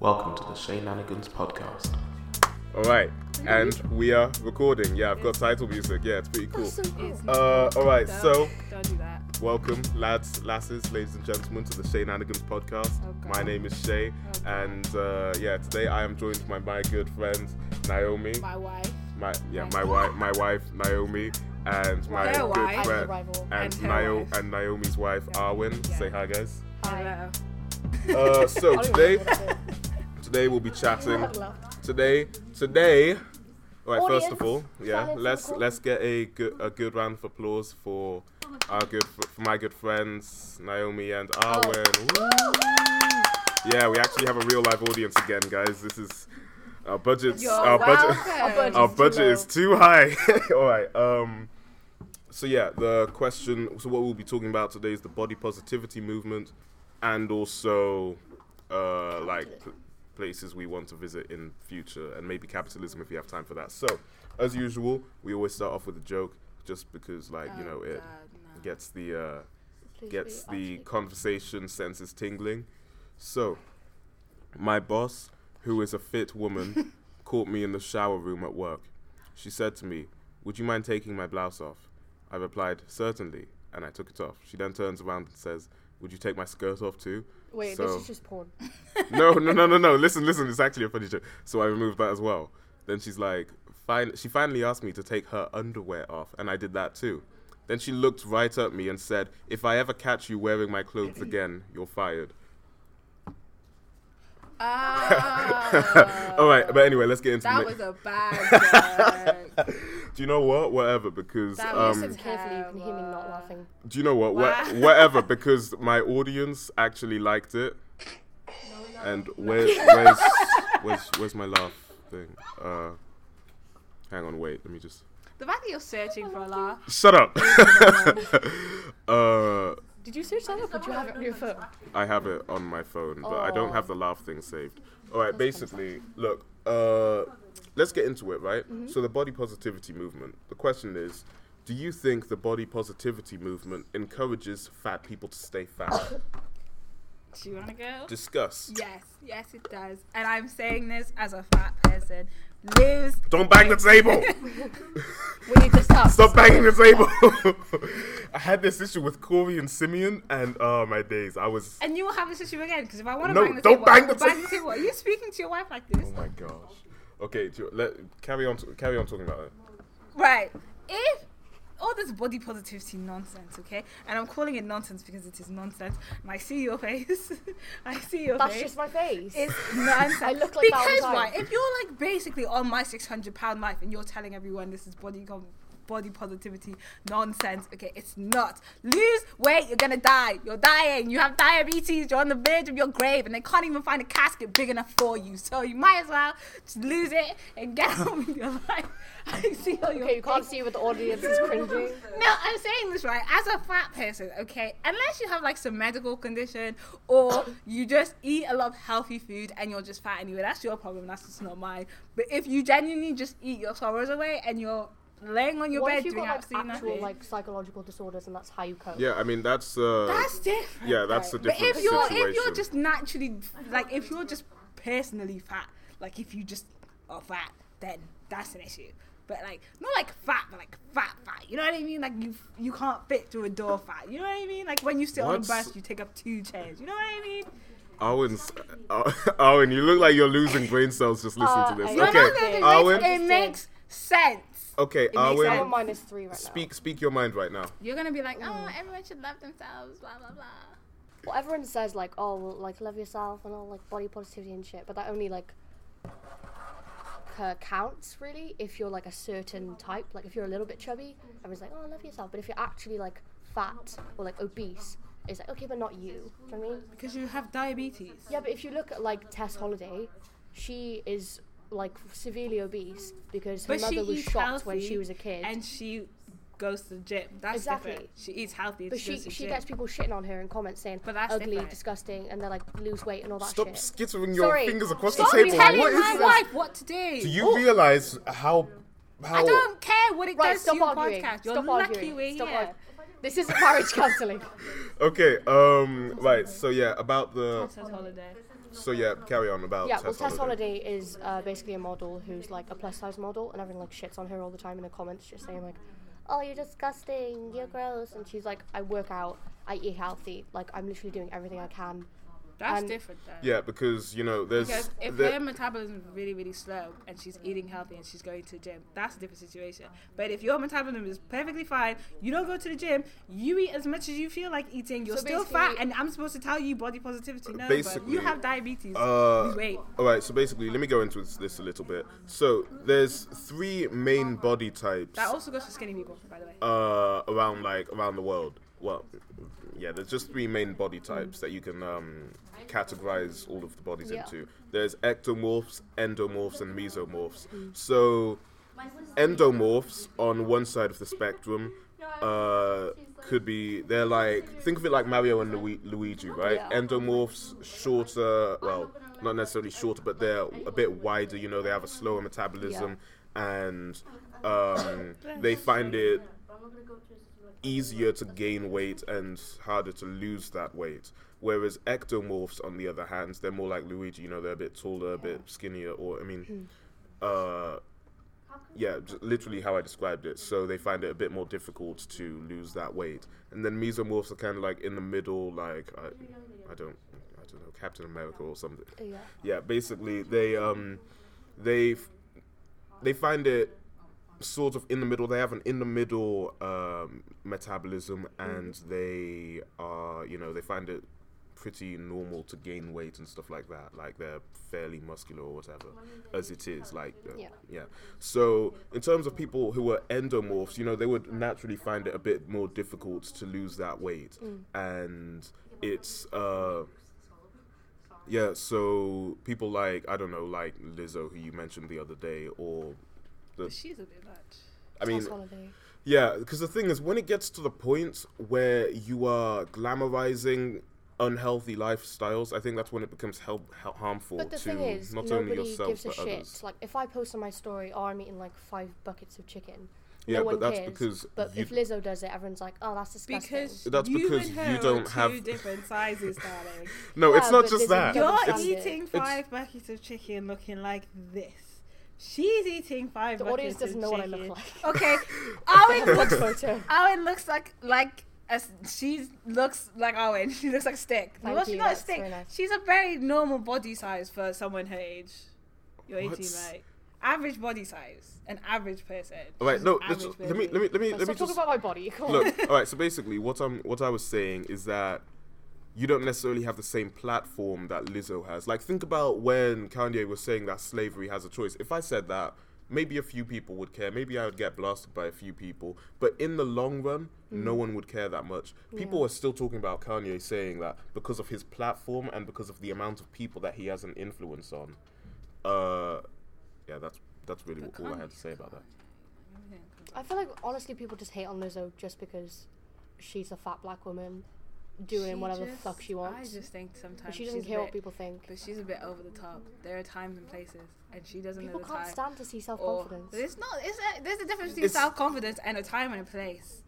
Welcome to the Shenanigans Podcast. All right, and we are recording. Yeah, I've got title music. Yeah, it's pretty cool. Uh, all right, so Don't do that. welcome, lads, lasses, ladies and gentlemen, to the Shenanigans podcast. Oh, God. Oh, My name is Shay, and uh, yeah, today I am joined by my good friend Naomi, My wife. my yeah, my wife, my wife Naomi, and my Their good wife. I'm the friend rival. and, And her Nao- wife. and Naomi's wife Arwen. Yeah. Say hi, guys. Hello. Uh, so I don't today, remember what it today we'll be chatting. is. Laugh. today today all right first Audience, of all yeah silence in let's the corner. let's get a good a good round of applause for our good for my good friends naomi and arwen Woo! yeah we actually have a real live audience again guys this is our budgets You're our budget welcome. our too budget low. is too high all right um so yeah the question so what we'll be talking about today is the body positivity movement and also uh like pl- places we want to visit in future and maybe capitalism if we have time for that so as usual we always start off with a joke just because like Oh, you know it gets the uh gets the conversation senses tingling. So, my boss, who is a fit woman, caught me in the shower room at work. She said to me, Would you mind taking my blouse off? I replied, Certainly, and I took it off. She then turns around and says, Would you take my skirt off too? Wait, So- this is just porn. no, no, no, no, no. Listen, listen. It's actually a funny joke. So I removed that as well. Then she's like, fine. She finally asked me to take her underwear off, and I did that too. Then she looked right at me and said, "If I ever catch you wearing my clothes again, you're fired." Ah, All right, but anyway, let's get into. Oh, that the- was a bad joke. do you know what? Whatever, because That um, was a- Carefully, you can hear me not laughing. do you know what? Wow. Wha- whatever, because my audience actually liked it. And where, where's where's where's my laugh thing? Uh, hang on, wait. Let me just. The fact that you're searching for a laugh. Shut up. uh, Did you search that up? Did you have it on your phone? I have it on my phone, but I don't Oh. have the laugh thing saved. All right, basically, look, uh, let's get into it, right? So, the body positivity movement. The question is Do you think the body positivity movement encourages fat people to stay fat? Do you want to go? Discuss. Yes, yes, it does. And I'm saying this as a fat person. Liz, Don't bang the table! We need to stop. Stop banging the table! I had this issue with Corey and Simeon, and oh, my days. I was. and you will have this issue again because if I want to No, bang the don't table, bang I will the bang the ta- table. Are you speaking to your wife like this? Oh my gosh. Okay, do you, let, carry on. Carry on talking about it. Right. If all this body positivity nonsense, okay, and I'm calling it nonsense because it is nonsense, and I see your face, I see your That's face. just my face. it's nonsense. I look like that all the because time. why? If you're like basically on my 600 pound life and you're telling everyone this is body com- body positivity nonsense, okay, it's not. Lose weight, you're gonna die. You're dying. You have diabetes. You're on the verge of your grave, and they can't even find a casket big enough for you. So you might as well just lose it and get on with your life. I see all your okay, you can't see, but the audience is cringing. no, I'm saying this right. As a fat person, okay, unless you have like some medical condition or you just eat a lot of healthy food and you're just fat anyway, that's your problem. That's just not mine. But if you genuinely just eat your sorrows away and you're laying on your what bed if you've doing got like absolutely actual nothing, like psychological disorders and that's how you cope? Yeah, I mean, that's. Uh, that's different. Yeah, that's a But different if you're situation. if you're just naturally like if you're just personally fat, like if you just are fat, then that's an issue. But like not like fat, but like fat fat. You know what I mean? Like you you can't fit through a door fat. You know what I mean? Like when you sit on a What's- bus, you take up two chairs. You know what I mean? Owen's, uh, Owen, you look like you're losing brain cells just listening Uh, to this. I- You're No, okay, no, it, Owen. makes, it makes sense. Okay, makes I'm on Owen, sense. minus three right speak speak your mind right now. You're gonna be like, Mm. oh, everyone should love themselves, blah blah blah. now. Well, everyone says like, oh, well, like love yourself and all like body positivity and shit, but that only like c- counts really if you're like a certain type. Like if you're a little bit chubby, everyone's like, oh, love yourself. But if you're actually like fat or like obese, it's like okay, but not you. Do you know what I mean? Because you have diabetes. Yeah, but if you look at like Tess Holiday, she is like severely obese because her But she mother was eats shot healthy when she was a kid. and she goes to the gym. That's Exactly. different. She eats healthy. but she goes to the she gym. gets people shitting on her in comments saying But that's ugly, different. disgusting, and they're like lose weight and all that Stop shit. skittering your Sorry. fingers across Stop the table. telling What my is this? wife what to do. Do you realize how how I don't care what it right, does to stop your arguing. podcast. You're stop lucky arguing. we're stop here. arguing. This isn't marriage counselling. Okay, um, right. So yeah, about the Says Holiday. So yeah, carry on about yeah, well, Tess Tess Holiday. Holiday is uh, basically a model who's like a plus size model, and everyone like shits on her all the time in the comments, just saying like, "Oh, you're disgusting, you're gross," and she's like, "I work out, I eat healthy, like I'm literally doing everything I can." That's And- different though. Yeah, because you know there's Because if there- her metabolism is really, really slow and she's eating healthy and she's going to the gym, that's a different situation. But if your metabolism is perfectly fine, you don't go to the gym, you eat as much as you feel like eating, you're So still fat, basically- and I'm supposed to tell you body positivity. No, but Basically, you have diabetes. uh, Lose weight. All right, so basically, let me go into this, this a little bit. So there's three main body types That also goes for skinny people, by the way. uh, around like around the world. Well, yeah, there's just three main body types that you can um, categorize all of the bodies Yeah. into. There's ectomorphs, endomorphs, and mesomorphs. Mm. So endomorphs on one side of the spectrum uh, could be they're like think of it like Mario and Lu- Luigi, right? Yeah. Endomorphs shorter, well, not necessarily shorter, but they're a bit wider. You know, they have a slower metabolism, and um, they find it easier to gain weight and harder to lose that weight. Whereas ectomorphs, on the other hand, they're more like Luigi. You know, they're a bit taller, a bit skinnier, or I mean, uh, yeah, j- literally how I described it. So they find it a bit more difficult to lose that weight. And then mesomorphs are kind of like in the middle, like I, I don't, I don't know, Captain America or something. Yeah. Yeah, basically they um, they f- they find it sort of in the middle. They have an in the middle um, metabolism, and they are you know they find it pretty normal to gain weight and stuff like that. Like they're fairly muscular or whatever, as it is. Like uh, Yeah. yeah. So in terms of people who were endomorphs, you know they would naturally find it a bit more difficult to lose that weight, and it's. Uh, yeah, so people like I don't know, like Lizzo, who you mentioned the other day, or She's a bit much. I mean, Tess Holiday. yeah, because the thing is, when it gets to the point where you are glamorizing unhealthy lifestyles, I think that's when it becomes help, hel- harmful But the to thing is, not nobody only yourself gives a but shit. others. Like, if I post on my story, oh, I'm eating like five buckets of chicken, Yeah, no but one that's cares. because but you- if Lizzo does it, everyone's like, oh, that's disgusting. Because That's you because and you her don't are two have- different sizes, darling. No, Yeah, it's not just but there's a that. double You're Understand it. eating five buckets of chicken looking like this. She's eating five The buckets audience of doesn't know what I chicken. look Okay, Owen like. looks. photo. Owen looks like like a, she looks like Owen. She looks like a stick. Thank well, she's you, not a that's stick. very nice. She's a very normal body size for someone her age. You're 18, What? right? Average body size, an average person. All right, no, Average let's, let me let me let me let me Stop talking just about my body. Come on. look. All right, so basically, what I'm what I was saying is that you don't necessarily have the same platform that Lizzo has. Like, think about when Kanye was saying that slavery has a choice. If I said that, maybe a few people would care. Maybe I would get blasted by a few people. But in the long run, Mm. no one would care that much. People are still talking about Kanye saying that because of his platform and because of the amount of people that he has an influence on. Uh, yeah, that's that's really all I had to say about that. I feel like honestly, people just hate on Lizzo just because she's a fat black woman doing She whatever the just- fuck she wants. I just think sometimes she doesn't she's a care what bit- people think. But she's a bit over the top. There are times and places, and she doesn't People know the can't time. stand to see self or confidence. there's not. It's a, there's a difference between It's- self confidence and a time and a place.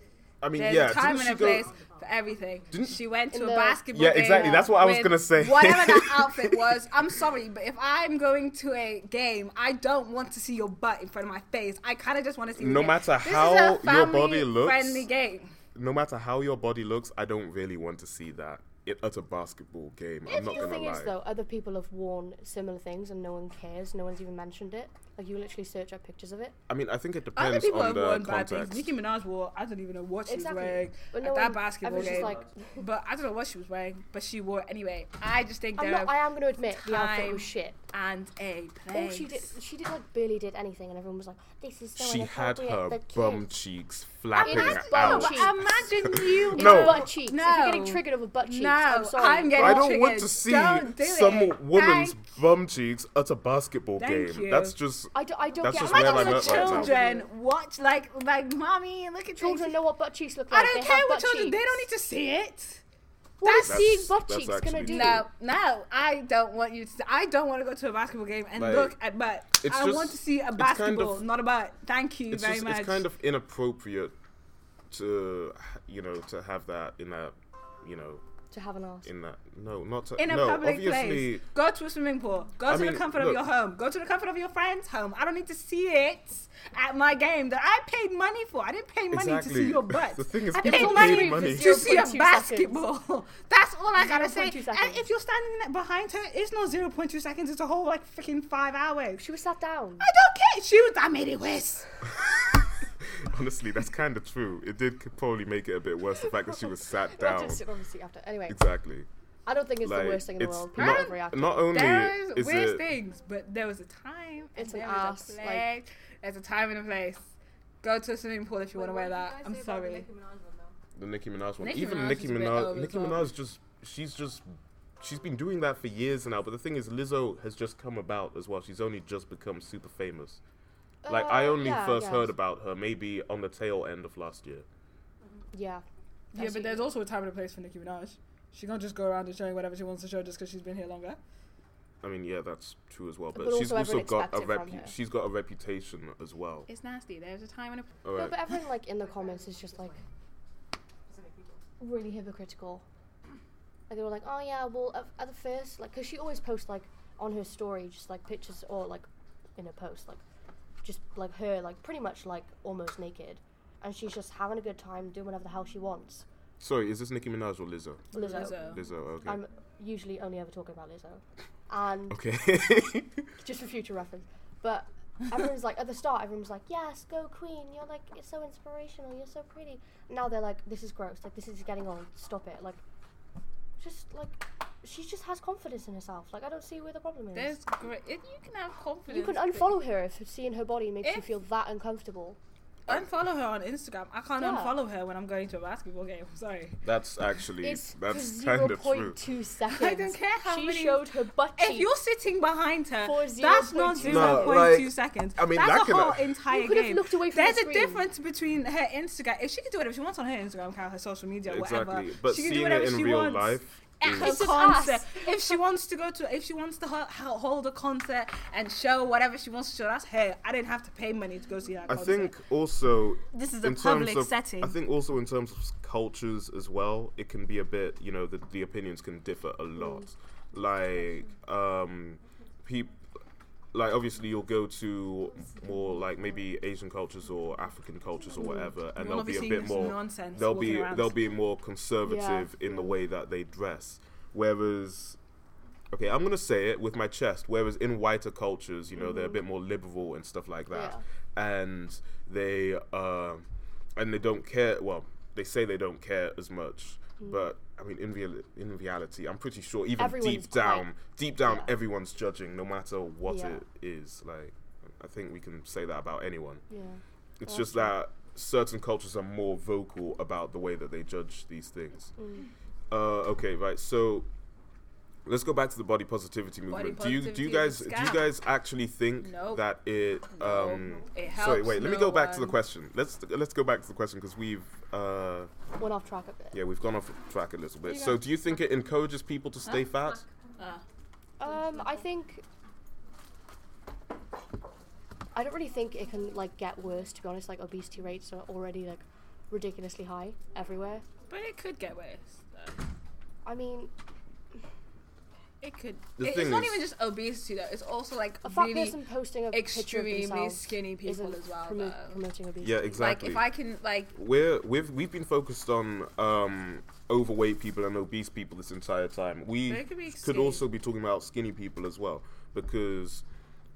I mean, There's yeah, a time didn't and she a go- place for everything. Didn't- She went to In a the- basketball Yeah, game exactly. That's what I was with gonna say. Whatever that outfit was, I'm sorry, but if I'm going to a game, I don't want to see your butt in front of my face. I kind of just want to see. the No game. matter This is how a your family body looks- friendly game. no matter how your body looks, I don't really want to see that it, at a basketball game. I'm not the gonna thing lie. is, though, other people have worn similar things and no one cares. No one's even mentioned it. Like you literally search up pictures of it. I mean, I think it Other depends people on have the worn bad context. things. Nicki Minaj wore. I don't even know what she Exactly. was wearing But at no that one- basketball everyone's just game. like- but I don't know what she was wearing, but she wore it anyway. I just think I'm there not. I are am going to admit the outfit time. was shit. and a All place. she did, she did like barely did anything, and everyone was like, "This is so She had oh, inappropriate, her the kids." bum cheeks flapping Imagine- No, Ow. out. but imagine you. It's No. butt cheeks. If No. you're getting triggered over butt cheeks, No, I'm sorry. I'm getting- I But- don't want to Chickens, see don't do some it. woman's Thank- bum cheeks at a basketball Thank game. you. That's just. I don't, I don't That's get just I where don't I'm get at right now. children watch like like mommy look at Children these- know what butt cheeks look like. I don't they care have what butt children. cheeks. They don't need to see it. What That's- is seeing butt that's cheeks gonna actually true. do? No, no, I don't want you to. I don't want to go to a basketball game and Like, look at butt. it's I just- want to see a it's kind basketball, of- not a butt. Thank you It's very just. much. It's kind of inappropriate to, you know, to have that in that, you know, to have an ass. in that. No, not to, in a no, public obviously, place. Go to a swimming pool. Go I to mean, the comfort look- of your home. Go to the comfort of your friend's home. I don't need to see it at my game that I paid money for. I didn't pay money to Exactly. see your butt. The thing is, I people paid pay money, money. to see a 0.2 basketball. That's all I gotta say. 0.2 And seconds. if you're standing behind her, it's not 0.2 seconds. It's a whole like freaking five hours. She was sat down. I don't care. She was. I made it worse. honestly, that's kind of true. It did probably make it a bit worse the fact that she was sat Well, I down. did sit on the seat after. Anyway, Exactly. I don't think it's Like, the worst thing in the it's world. People Not, overreact. not only There's is weird it, things, but there was a time. and It's an there ass, Was a like- place. There's a time and a place. Go to a swimming pool if you want to wear that. I'm sorry. the Nicki Minaj one. Nicki Even Minaj Nicki is a bit Minaj, over the Nicki top. Minaj just she's just she's been doing that for years now. But the thing is, Lizzo has just come about as well. She's only just become super famous. Like I Uh, only yeah, I first guess. heard about her maybe on the tail end of last year. Yeah. Yeah, but there's also a time and a place for Nicki Minaj. She can't just go around and showing whatever she wants to show just because she's been here longer. I mean, yeah, that's true as well. But, But she's also also everyone got a expects it from repu- her. she's got a reputation as well. It's nasty. There's a time and a place. All No, right. but everyone like in the comments is just like really hypocritical. Like they were like, oh yeah, well at, at the first, like, cause she always posts like on her story just like pictures or like in a post like just like her like pretty much like almost naked, and she's just having a good time doing whatever the hell she wants. Sorry, is this Nicki Minaj or Lizzo? Lizzo. Lizzo, okay. I'm usually only ever talking about Lizzo, and okay. just for future reference. But everyone's like, at the start, everyone's like, yes, go queen. You're like, it's so inspirational. You're so pretty. Now they're like, this is gross. Like, this is getting old. Stop it. Like, just like, she just has confidence in herself. Like, I don't see where the problem is. There's great. If you can have confidence. you can but- unfollow her if seeing her body makes you If- feel that uncomfortable. unfollow her on Instagram. I can't Yeah. unfollow her when I'm going to a basketball game. I'm sorry. that's actually It's that's for kind of true. 0.2 seconds. I don't care how she many- showed her butt If cheek. you're sitting behind her, For that's not 0.2 zero point two seconds. seconds. I mean, that's that a can- whole entire You could have game. looked away from the There's a screen. difference between her Instagram. If she can do whatever she wants on her Instagram account, her social media, whatever, Exactly. But she can do seeing whatever it in she real wants. life at is- her It's just concert. us. If she wants to go to, if she wants to ho- ho- hold a concert and show whatever she wants to show, that's her. I didn't have to pay money to go see that. I concert. think also This is a in terms public of, setting. I think also in terms of s- cultures as well, it can be a bit you know the, the opinions can differ Mm. a lot. Like um, people. Like obviously you'll go to more like maybe Asian cultures or African cultures or whatever, and they'll You'll be a Mm. obviously bit use more. nonsense they'll walking be around. they'll be more conservative in the way that they dress, whereas Okay, I'm gonna say it with my chest. Whereas in whiter cultures, you know, they're a Mm-hmm. bit more liberal and stuff like that, and they uh, and they don't care. Well, they say they don't care as much, Mm. but I mean, in real in reality, I'm pretty sure even Everyone's deep down, quite- deep down, yeah. everyone's judging, no matter what Yeah. it is. Like, I think we can say that about anyone. Yeah. It's just that certain cultures are more vocal about the way that they judge these things. Mm. Uh, okay, right. So let's go back to the body positivity Body movement. do you do you positivity guys is do a you scam. guys actually think Nope. that it? Um, It sorry, helps wait. Let me no go back to the one. question. Let's let's go back to the question because we've. Uh, Went off track a bit. yeah, we've gone off track a little bit. You So, guys- do you think it encourages people to stay fat? Ah. Um, I think. I don't really think it can like get worse. To be honest, like obesity rates are already like ridiculously high everywhere. but it could get worse. though. I mean, It could. The it- thing it's not is- even just obesity though. It's also like a fat really person posting a picture of extremely themselves skinny people isn't as well, promo- though. promoting obesity. Yeah, exactly. like if I can like we're we've we've been focused on um overweight people and obese people this entire time. We They could be could skinny. also be talking about skinny people as well because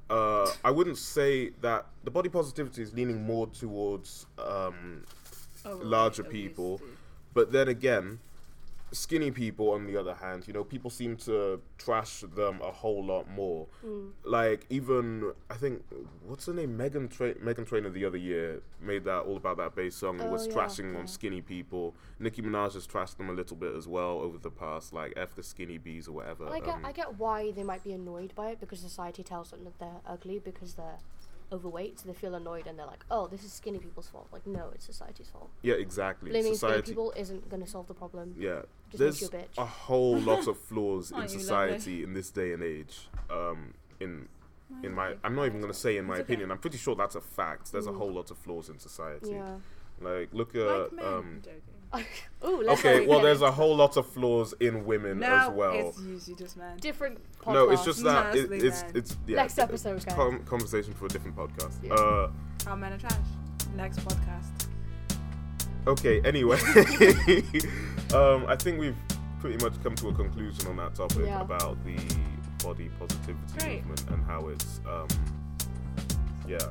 uh, I wouldn't say that the body positivity is leaning more towards um, overweight, larger people, oh, obesity. but then again, skinny people on the other hand, you know, people seem to trash them a whole lot more. Mm. Like even I think what's her name, Megan Tra- Megan Trainer the other year made that all about that bass song and Oh, was yeah, trashing yeah. on skinny people. Nicki Minaj has trashed them a little bit as well over the past, like f the skinny bees or whatever. I get, um, I get why they might be annoyed by it because society tells them that they're ugly because they're overweight, so they feel annoyed and they're like, "Oh, this is skinny people's fault." Like, no, it's society's fault. yeah, exactly. Blaming Society. skinny people isn't going to solve the problem. Yeah. Just There's makes you a bitch. Oh, a whole lot of flaws in Aren't you society in this day and age. Um, in in my, I'm not even gonna say in my It's okay. Mm. opinion. I'm pretty sure that's a fact. There's a whole lot of flaws in society. Yeah. Like look Like at men. um, I'm joking. Ooh, let's not Okay, be well, there's a getting whole lot of flaws in women Now as well. it's usually just men. different. Podcast. No, it's just that it, Mostly it's men. it's yeah, Next it's- episode, it's guys. com- conversation for a different podcast. Yeah. Uh, How men are trash. Next podcast. okay. Anyway, um, I think we've pretty much come to a conclusion on that topic Yeah. about the body positivity Great. movement and how it's um, yeah,